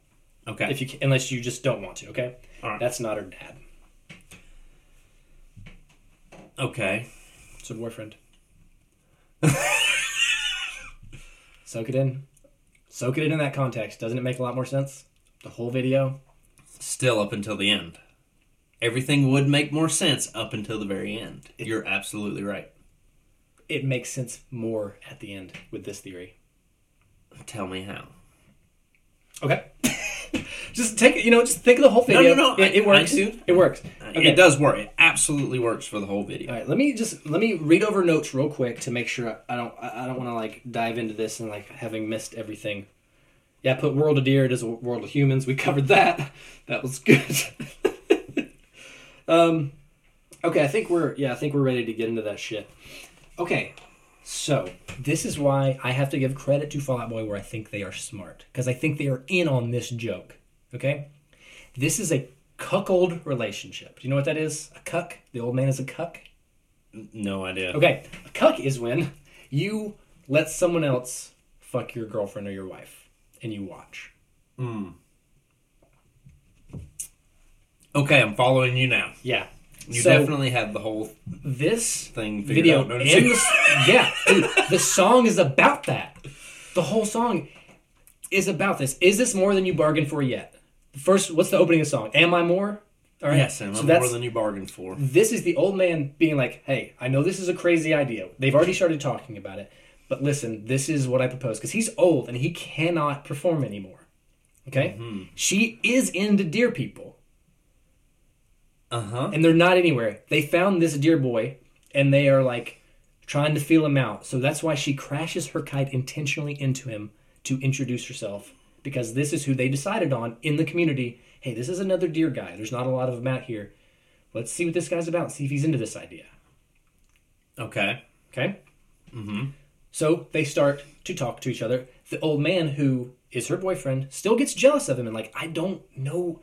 C: Okay.
A: If you ca- unless you just don't want to, okay?
C: All right.
A: That's not her dad.
C: okay.
A: It's her boyfriend. Soak it in. Soak it in in that context. Doesn't it make a lot more sense? The whole video.
C: Still up until the end. Everything would make more sense up until the very end. You're absolutely right.
A: It makes sense more at the end with this theory.
C: Tell me how.
A: Okay. just take it. You know, just think of the whole
C: No,
A: video.
C: no, no,
A: It,
C: I-
A: it
C: I
A: works.
C: do.
A: It works.
C: It does work. It absolutely works for the whole video.
A: All right, let me just let me read over notes real quick to make sure I don't I I don't want to like dive into this and like having missed everything. Yeah, I put world of deer. It is a world of humans. We covered that. That was good. um, okay, I think we're yeah I think we're ready to get into that shit. Okay, so this is why I have to give credit to Fallout Boy where I think they are smart because I think they are in on this joke. Okay, this is a cuckold relationship. Do you know what that is? A cuck. The old man is a cuck.
C: No idea.
A: Okay, a cuck is when you let someone else fuck your girlfriend or your wife, and you watch.
C: Okay, I'm following you now.
A: Yeah,
C: You
A: so
C: definitely had the whole
A: this
C: thing figured
A: video
C: out.
A: and
C: don't you?
A: the, yeah, dude, the song is about that. The whole song is about this. Is this more than you bargained for yet? First, what's the opening of the song? Am I more? All right.
C: Yes, and
A: so
C: I'm
A: that's
C: more than you bargained for.
A: this is the old man being like, "Hey, I know this is a crazy idea. They've already started talking about it, but listen, this is what I propose because he's old and he cannot perform anymore." Okay, she is into deer people,
C: Uh huh.
A: and they're not anywhere. They found this deer boy, and they are like trying to feel him out. So that's why she crashes her kite intentionally into him to introduce herself because this is who they decided on in the community. Hey, this is another deer guy. There's not a lot of them out here. Let's see what this guy's about. See if he's into this idea.
C: Okay.
A: Okay? Mm-hmm. So they start to talk to each other. The old man, who is her boyfriend, still gets jealous of him and, like, I don't know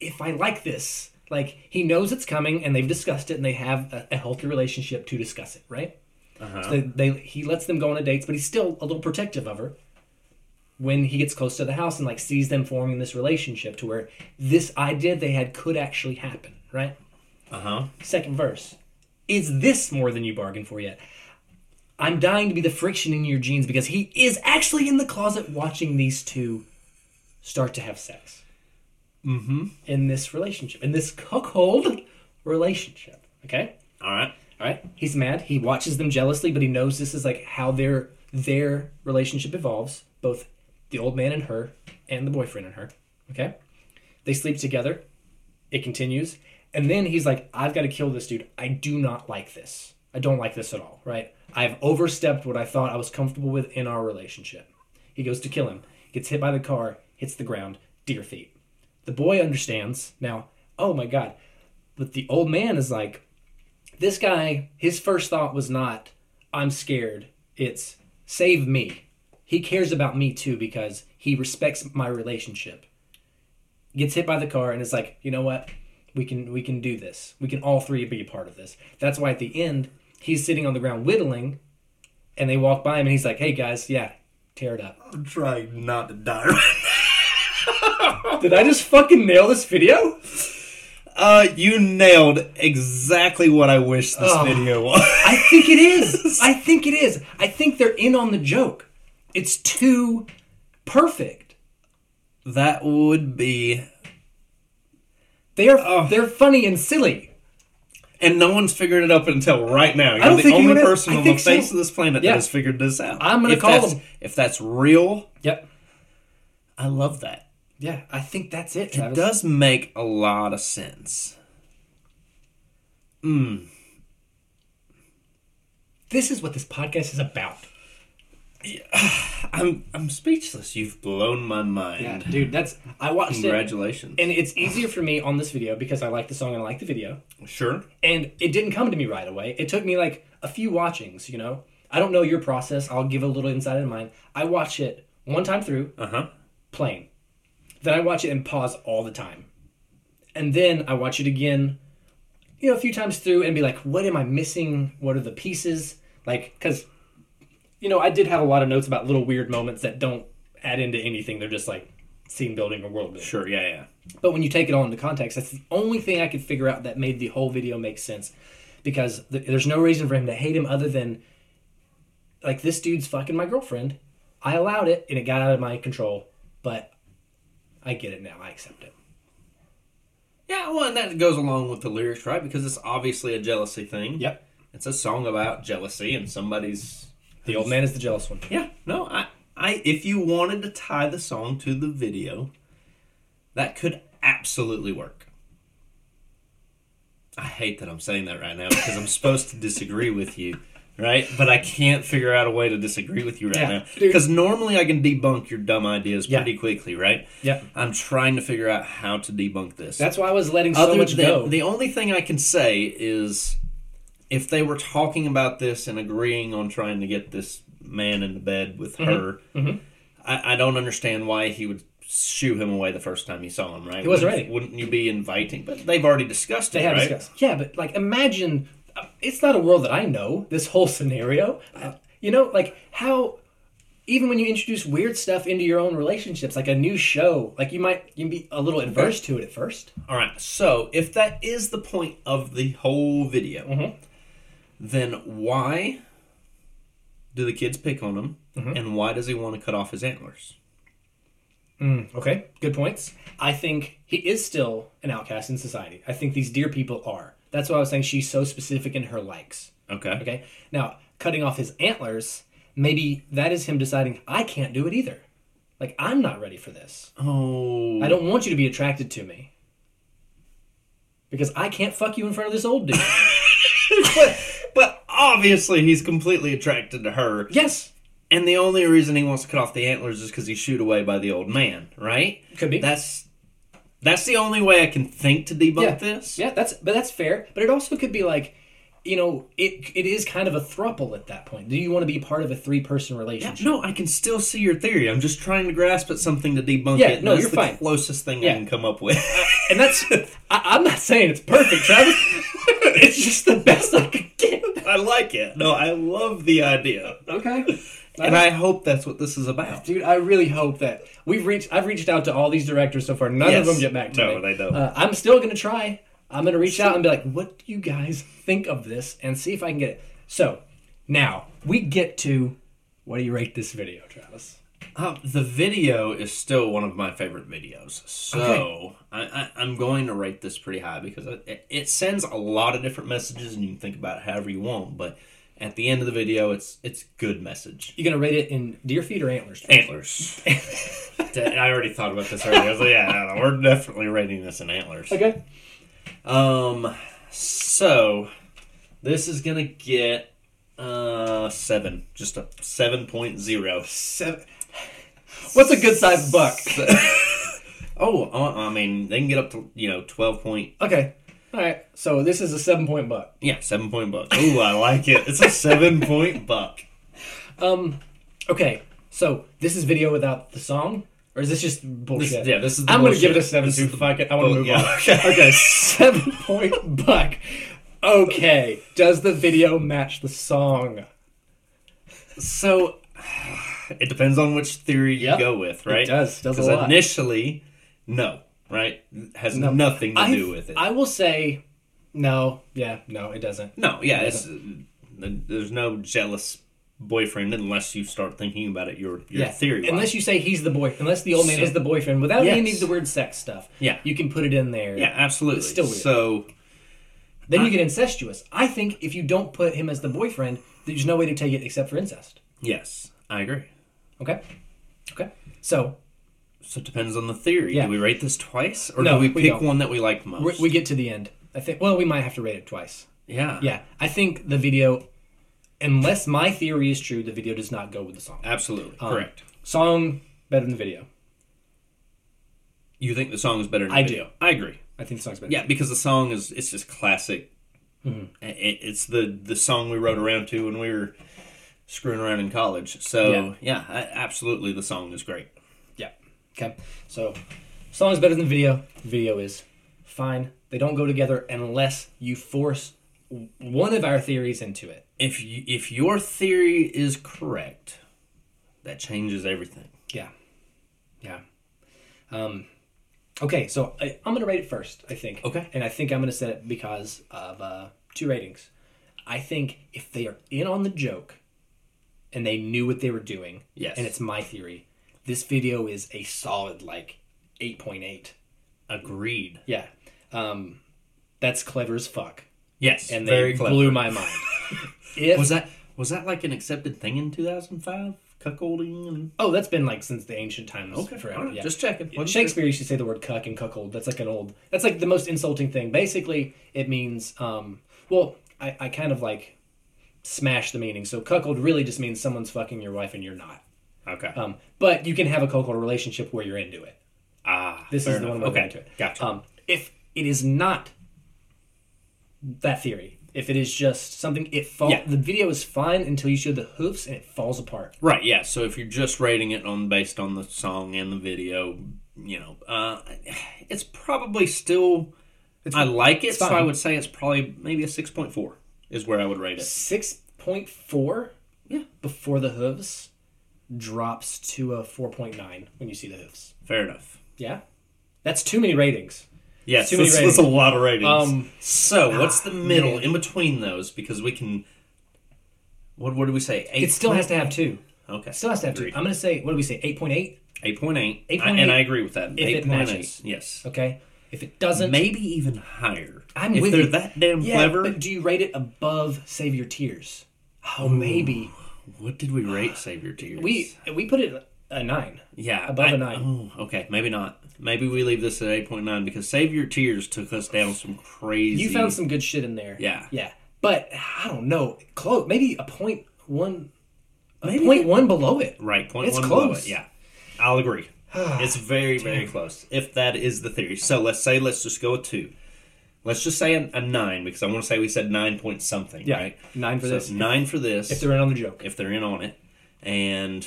A: if I like this. Like, he knows it's coming and they've discussed it and they have a, a healthy relationship to discuss it, right?
C: Uh-huh.
A: So they, they, he lets them go on a dates, but he's still a little protective of her when he gets close to the house and, like, sees them forming this relationship to where this idea they had could actually happen, right?
C: Uh huh.
A: Second verse. Is this more than you bargained for yet? I'm dying to be the friction in your jeans because he is actually in the closet watching these two start to have sex. Mm-hmm. In this relationship. In this cuckold relationship. Okay?
C: All right.
A: All right. He's mad. He watches them jealously, but he knows this is like how their their relationship evolves, both the old man and her and the boyfriend and her. Okay? They sleep together. It continues. And then he's like, I've got to kill this dude. I do not like this. I don't like this at all, right? I've overstepped what I thought I was comfortable with in our relationship. He goes to kill him, gets hit by the car, hits the ground, deer feet. The boy understands now, oh my God. But the old man is like, this guy, his first thought was not, I'm scared. It's, save me. He cares about me too because he respects my relationship. Gets hit by the car and is like, you know what? We can we can do this. We can all three be a part of this. That's why at the end, he's sitting on the ground whittling and they walk by him and he's like, Hey guys, yeah, tear it up.
C: I'm trying not to die.
A: Did I just fucking nail this video?
C: uh, you nailed exactly what I wish this video was.
A: I think it is. I think it is. I think they're in on the joke. It's too perfect.
C: that would be,
A: They are they're funny and silly.
C: and no one's figured it up until right now. You're
A: don't
C: the
A: think
C: only
A: anyone has-
C: person
A: I
C: on the
A: think so.
C: face of this planet
A: Yeah.
C: that has figured this out.
A: I'm gonna
C: If
A: call
C: that's-
A: them.
C: If that's real,
A: Yep.
C: I love that.
A: Yeah, I think that's it.
C: It
A: Travis.
C: does make a lot of sense.
A: This is what this podcast is about.
C: I'm I'm speechless. You've blown my mind.
A: Yeah, dude, that's I watched it,
C: Congratulations.
A: and it's easier for me on this video because I like the song and I like the video,
C: sure.
A: and it didn't come to me right away. It took me like a few watchings. You know, I don't know your process. I'll give a little insight in mine. I watch it one time through,
C: Uh huh.
A: playing. Then I watch it and pause all the time. And then I watch it again, you know, a few times through and be like, what am I missing? What are the pieces? Like, because you know, I did have a lot of notes about little weird moments that don't add into anything. They're just like scene building or world building.
C: Sure, yeah, yeah.
A: But when you take it all into context, that's the only thing I could figure out that made the whole video make sense. Because th- there's no reason for him to hate him other than, like, this dude's fucking my girlfriend. I allowed it and it got out of my control, but I get it now. I accept it.
C: Yeah, well, and that goes along with the lyrics, right? Because it's obviously a jealousy thing.
A: Yep.
C: It's a song about jealousy and somebody's.
A: The old man is the jealous one.
C: Yeah, no, I, I, if you wanted to tie the song to the video, that could absolutely work. I hate that I'm saying that right now because I'm supposed to disagree with you, right? But I can't figure out a way to disagree with you right
A: Yeah,
C: now
A: dude.
C: because normally I can debunk your dumb ideas
A: Yeah.
C: pretty quickly, right?
A: Yep.
C: I'm trying to figure out how to debunk this.
A: That's why I was letting so much
C: than,
A: go.
C: The only thing I can say is if they were talking about this and agreeing on trying to get this man into bed with
A: Mm-hmm.
C: her, I, I don't understand why he would shoo him away the first time he saw him, right?
A: He wasn't
C: Wouldn't-
A: ready.
C: Wouldn't you be inviting? But they've already discussed it,
A: they had
C: right?
A: discussed. Yeah, but like imagine uh, it's not a world that I know. This whole scenario, Uh, you know, like how even when you introduce weird stuff into your own relationships, like a new show, like you might you be a little adverse to it at first.
C: All right. So if that is the point of the whole video,
A: Mm-hmm.
C: then why do the kids pick on him,
A: Mm-hmm.
C: and why does he want to cut off his antlers?
A: Okay, good points. I think he is still an outcast in society. I think these dear people are. That's why I was saying she's so specific in her likes.
C: Okay.
A: Okay, now cutting off his antlers, maybe that is him deciding I can't do it either. Like I'm not ready for this.
C: Oh.
A: I don't want you to be attracted to me. Because I can't fuck you in front of this old dude.
C: but, but obviously he's completely attracted to her
A: yes.
C: and the only reason he wants to cut off the antlers is because he's shooed away by the old man right
A: Could be.
C: that's that's the only way i can think to debunk
A: yeah.
C: this
A: Yeah, that's but that's fair. But it also could be like, you know, it it is kind of a thruple at that point. Do you want to be part of a three person relationship?
C: no i can still see your theory i'm just trying to grasp at something to debunk
A: Yeah,
C: it and
A: no,
C: that's
A: you're
C: the
A: fine.
C: closest thing i
A: Yeah.
C: can come up with
A: And that's I, I'm not saying it's perfect, Travis. it's just the best I could get.
C: i like it no i love the idea
A: Okay.
C: and i hope that's what this is about
A: Dude, I really hope that we've reached. I've reached out to all these directors so far. None
C: Yes.
A: of them get back to
C: No,
A: me.
C: they don't.
A: Uh, I'm still gonna try. I'm gonna reach out and be like, "What do you guys think of this?" and see if I can get it. So now we get to what do you rate this video, Travis?
C: Um, the video is still one of my favorite videos, so I, I, I'm going to rate this pretty high because it, it sends a lot of different messages, and you can think about it however you want. But at the end of the video, it's it's good message.
A: You gonna rate it in deer feet or antlers?
C: Antlers. I already thought about this earlier. I was like, yeah, no, no, we're definitely rating this in antlers.
A: Okay.
C: Um, so this is gonna get uh seven, just a seven point zero.
A: Seven. What's a good sized buck?
C: Oh, uh, I mean, they can get up to you know twelve point
A: Okay. All right. So this is a seven point buck.
C: Yeah, seven point buck. Ooh, I like it. It's a seven point buck.
A: Um. Okay. So this is video without the song, or is this just bullshit?
C: yeah, this is. The
A: I'm
C: bullshit.
A: gonna give it a seven
C: This
A: two.
C: is the-
A: Fuck it. I want to
C: bull-
A: move
C: yeah,
A: on.
C: okay.
A: okay, seven point buck. Okay, does the video match the song?
C: So it depends on which theory you
A: Yep.
C: go with, right?
A: does, does a
C: Because
A: lot.
C: initially, no, right, has nothing to
A: I-
C: do with it.
A: I will say, no. Yeah, no, it doesn't.
C: no, yeah, it's, uh, there's no jealous boyfriend unless you start thinking about it. Your your
A: yeah,
C: theory.
A: Unless you say he's the boy, unless the old man
C: So-
A: is the boyfriend, without
C: Yes.
A: any of the word sex stuff.
C: Yeah.
A: you can put it in there.
C: yeah, absolutely.
A: It's still weird.
C: So
A: Then you get incestuous. I think if you don't put him as the boyfriend, there's no way to take it except for incest.
C: yes, I agree.
A: Okay. Okay. So
C: So it depends on the theory.
A: Yeah.
C: Do we rate this twice, or
A: No,
C: do we,
A: we
C: pick
A: don't.
C: one that we like most?
A: we, we get to the end. I think. Well, we might have to rate it twice.
C: yeah,
A: Yeah, I think the video, unless my theory is true, the video does not go with the song.
C: absolutely
A: Um,
C: correct.
A: Song better than the video.
C: You think the song is better than
A: I
C: the video.
A: do.
C: I agree.
A: I think the song's better.
C: Yeah, because the song is it's just classic.
A: Mm-hmm.
C: I- I- It's the the song we rode around to when we were screwing around in college. So yeah, I, absolutely, the song is great.
A: Yeah. Okay. So, song's better than video. Video is fine. They don't go together unless you force one of our theories into it.
C: If you, if your theory is correct, that changes everything.
A: Yeah. Yeah. Um, okay, so I, I'm going to rate it first, I think.
C: Okay.
A: And I think I'm going to set it because of uh, two ratings. I think if they are in on the joke and they knew what they were doing,
C: Yes.
A: and it's my theory, this video is a solid, like, 8.8.
C: Agreed.
A: Yeah. Um, that's clever as fuck.
C: Yes,
A: And
C: very
A: they
C: clever.
A: blew my mind. If,
C: Was that was that like an accepted thing in 2005? Cuckolding and
A: oh, that's been like since the ancient times. forever.
C: alright,
A: Yeah.
C: just checking.
A: Yeah, Shakespeare used to say the word cuck and cuckold. That's like an old. That's like the most insulting thing. Basically, it means. Um, well, I, I kind of like smash the meaning. So cuckold really just means someone's fucking your wife and you're not.
C: Okay.
A: Um, but you can have a cuckold relationship where you're into it.
C: ah,
A: This
C: fair
A: is the
C: enough.
A: one we're
C: okay.
A: going to.
C: Gotcha.
A: Um, if it is not that theory, if it is just something, it fall.
C: Yeah.
A: The video is fine until you show the hoofs and it falls apart.
C: Right, yeah. So if you're just rating it on based on the song and the video, you know, uh, it's probably still. I like it, so
A: fine.
C: I would say it's probably maybe a six point four is where I would rate it.
A: Six point four.
C: Yeah.
A: Before the hooves drops to a four point nine when you see the hooves.
C: Fair enough.
A: Yeah. That's too many ratings.
C: Yes,
A: Too many
C: that's, that's a lot of ratings.
A: Um,
C: so what's the middle in between those? Because we can. What what do we say? Eight
A: It still has to have two.
C: okay.
A: It still has to have two.
C: Agreed.
A: I'm gonna say what do we say? Eight point eight.
C: Eight point eight.
A: 8.8,
C: And I agree with that.
A: it
C: Eight point eight.
A: matches.
C: Yes.
A: Okay. If it doesn't,
C: Maybe even higher.
A: I'm
C: if
A: with
C: they're
A: you.
C: that damn
A: yeah,
C: clever.
A: But do you rate it above Save Your Tears? Oh, maybe
C: What did we rate Savior Tears?
A: we we put it a nine.
C: Yeah,
A: Above
C: a
A: a nine.
C: Oh, okay, maybe not. Maybe we leave this at eight point nine because Save Your Tears took us down some crazy.
A: You found some good shit in there.
C: Yeah.
A: Yeah. But I don't know. Close. Maybe a point one. A
C: Maybe-
A: point one below it.
C: right point
A: It's
C: one below
A: close.
C: it. Yeah, I'll agree. it's very very close. If that is the theory, so let's say let's just go with two. Let's just say a, a nine because I want to say we said nine point something.
A: Yeah.
C: right?
A: Nine for
C: So
A: this.
C: Nine for this.
A: If they're in on the joke.
C: if they're in on it, and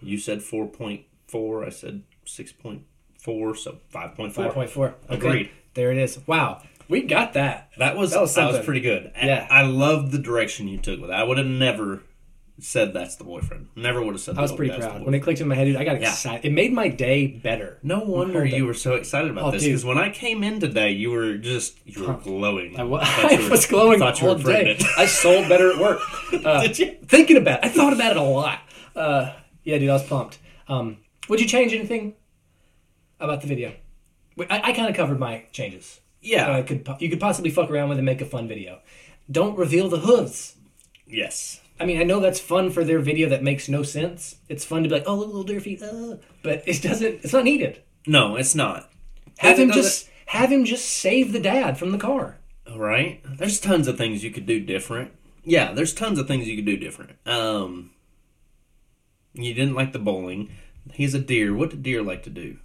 C: you said four point four, I said six point four, so five point four.
A: Five point four.
C: Agreed.
A: There it is. Wow. We got that.
C: That was
A: That
C: that
A: was
C: was,
A: something.
C: pretty good. I-
A: Yeah.
C: I, love the direction you took with that. I would have never said that's the boyfriend. Never would have said.
A: I was pretty proud. When it clicked in my head, dude, I got excited. It made my day better.
C: no wonder
A: Hold up.
C: you were so excited about
A: Oh,
C: this
A: dude.
C: because when I came in today, you were just you were glowing.
A: I wa-
C: thought you
A: I
C: were-
A: was glowing
C: thought you
A: all
C: were
A: day.
C: pregnant.
A: I sold better at work. Uh,
C: Did you?
A: Thinking about it. I thought about it a lot. Uh, yeah, dude, I was pumped. Um, would you change anything about the video? Wait, I, I kind of covered my changes.
C: Yeah.
A: Uh, could, po- you could possibly fuck around with and make a fun video. Don't reveal the hooves.
C: yes.
A: I mean, I know that's fun for their video that makes no sense. It's fun to be like, oh, look, little deer feet, uh, but it doesn't. It's not needed.
C: No, it's not.
A: Have
C: And it
A: him
C: doesn't-
A: just have him just save the dad from the car.
C: All right. There's tons of things you could do different. Yeah, there's tons of things you could do different. Um, you didn't like the bowling. He's a deer. What do deer like to do?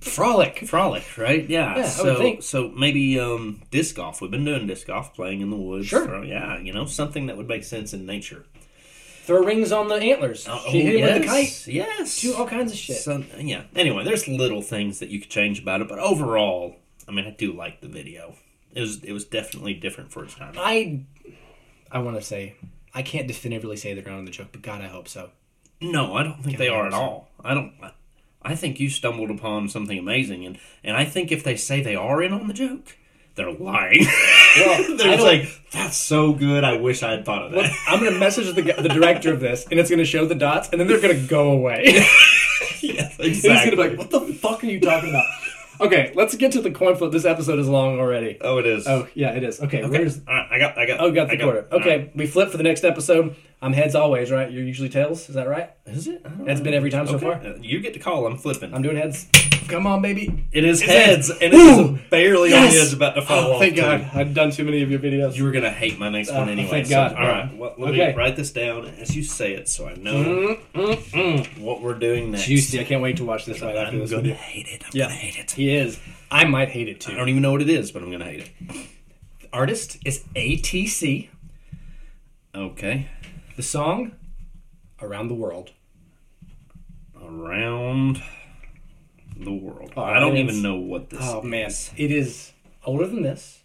A: Frolic.
C: frolic, right? Yeah.
A: Yeah, I would
C: so
A: think.
C: so maybe um, disc golf. We've been doing disc golf, playing in the woods.
A: Sure.
C: So, yeah, you know something that would make sense in nature.
A: Throw rings on the antlers. she
C: Oh,
A: hit him with a kite.
C: yes, Yes.
A: Do all kinds of shit.
C: So, yeah. Anyway, there's little things that you could change about it, but overall, I mean, I do like the video. It was it was definitely different for its time.
A: I I want to say I can't definitively say they're on the joke, but God, I hope so.
C: No, I don't think they are at all. I don't. I- I think you stumbled upon something amazing, and and I think if they say they are in on the joke, they're lying.
A: Well,
C: they're
A: I
C: just
A: don't-
C: like, that's so good. I wish I had thought of that.
A: I'm gonna message the, the director of this, and it's gonna show the dots, and then they're gonna go away.
C: yes,
A: He's
C: exactly.
A: gonna be like, "What the fuck are you talking about?" okay, let's get to the coin flip. This episode is long already.
C: oh, it is.
A: Oh yeah, it is. Okay,
C: Okay.
A: where's
C: All right, I got. I got.
A: oh got
C: I
A: the quarter. Okay, we flip for the next episode. I'm heads always, right? You're usually tails. Is that right?
C: all right. Is it? I don't
A: That's
C: know.
A: been every time so
C: Okay.
A: far.
C: Uh, You get to call. I'm flipping.
A: I'm doing heads. Come on, baby.
C: It is
A: It's
C: heads,
A: heads.
C: and
A: Woo!
C: it's barely on the
A: Yes! Oh,
C: edge, about to fall off.
A: thank
C: too.
A: God. I've done too many of your videos.
C: You were gonna hate my next
A: Uh,
C: one anyway.
A: thank
C: so-
A: God.
C: all right. Well, let
A: Okay. Mm-hmm.
C: me write this down as you say it, so I know what we're doing next.
A: Juicy. I can't wait to watch this right after
C: I'm
A: this
C: gonna
A: video.
C: hate it. I'm
A: Yeah.
C: gonna hate it.
A: He is. I might hate it
C: I
A: too.
C: don't even know what it is, but I'm gonna hate it.
A: Artist is ATC.
C: Okay.
A: The song, Around the World.
C: Around the world.
A: Oh,
C: I don't
A: it
C: even
A: is-
C: know what this.
A: Oh man, it is older than this.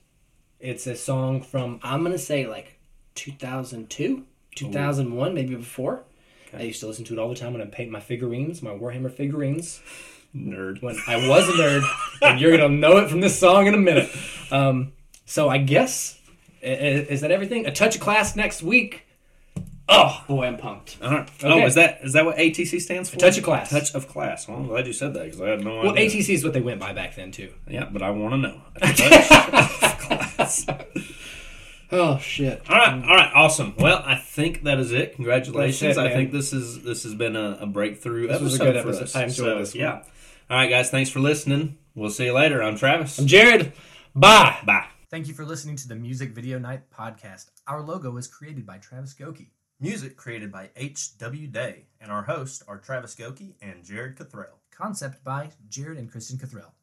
A: It's a song from I'm gonna say like 2002, 2001, maybe before. I used to listen to it all the time when I paint my figurines, my Warhammer figurines.
C: Nerd.
A: When I was a nerd, and you're gonna know it from this song in a minute. Um, so I guess i- i- is that everything? A touch of class next week. Oh boy, I'm pumped.
C: All right.
A: Okay.
C: Oh, is that is that what ATC stands for?
A: touch of class.
C: Touch of class. Well, I'm glad you said that because I had no
A: Well,
C: idea.
A: ATC is what they went by back then too.
C: Yeah, but I want to know. A touch of class.
A: Oh shit.
C: All right, all right, awesome. Well, I think that is it. Congratulations.
A: That's it,
C: I
A: man.
C: think this is this has been a, a breakthrough
A: This
C: episode
A: was a good
C: for
A: episode.
C: us.
A: I enjoyed this one.
C: Yeah. All right, guys. Thanks for listening. We'll see you later. I'm Travis.
A: Jared, bye.
C: Bye.
A: Thank you for listening to the Music Video Night podcast. Our logo was created by Travis Goki.
C: Music created by H.W. Day, and our hosts are Travis Goki and Jared Cathrell.
A: Concept by Jared and Kristen Cathrell.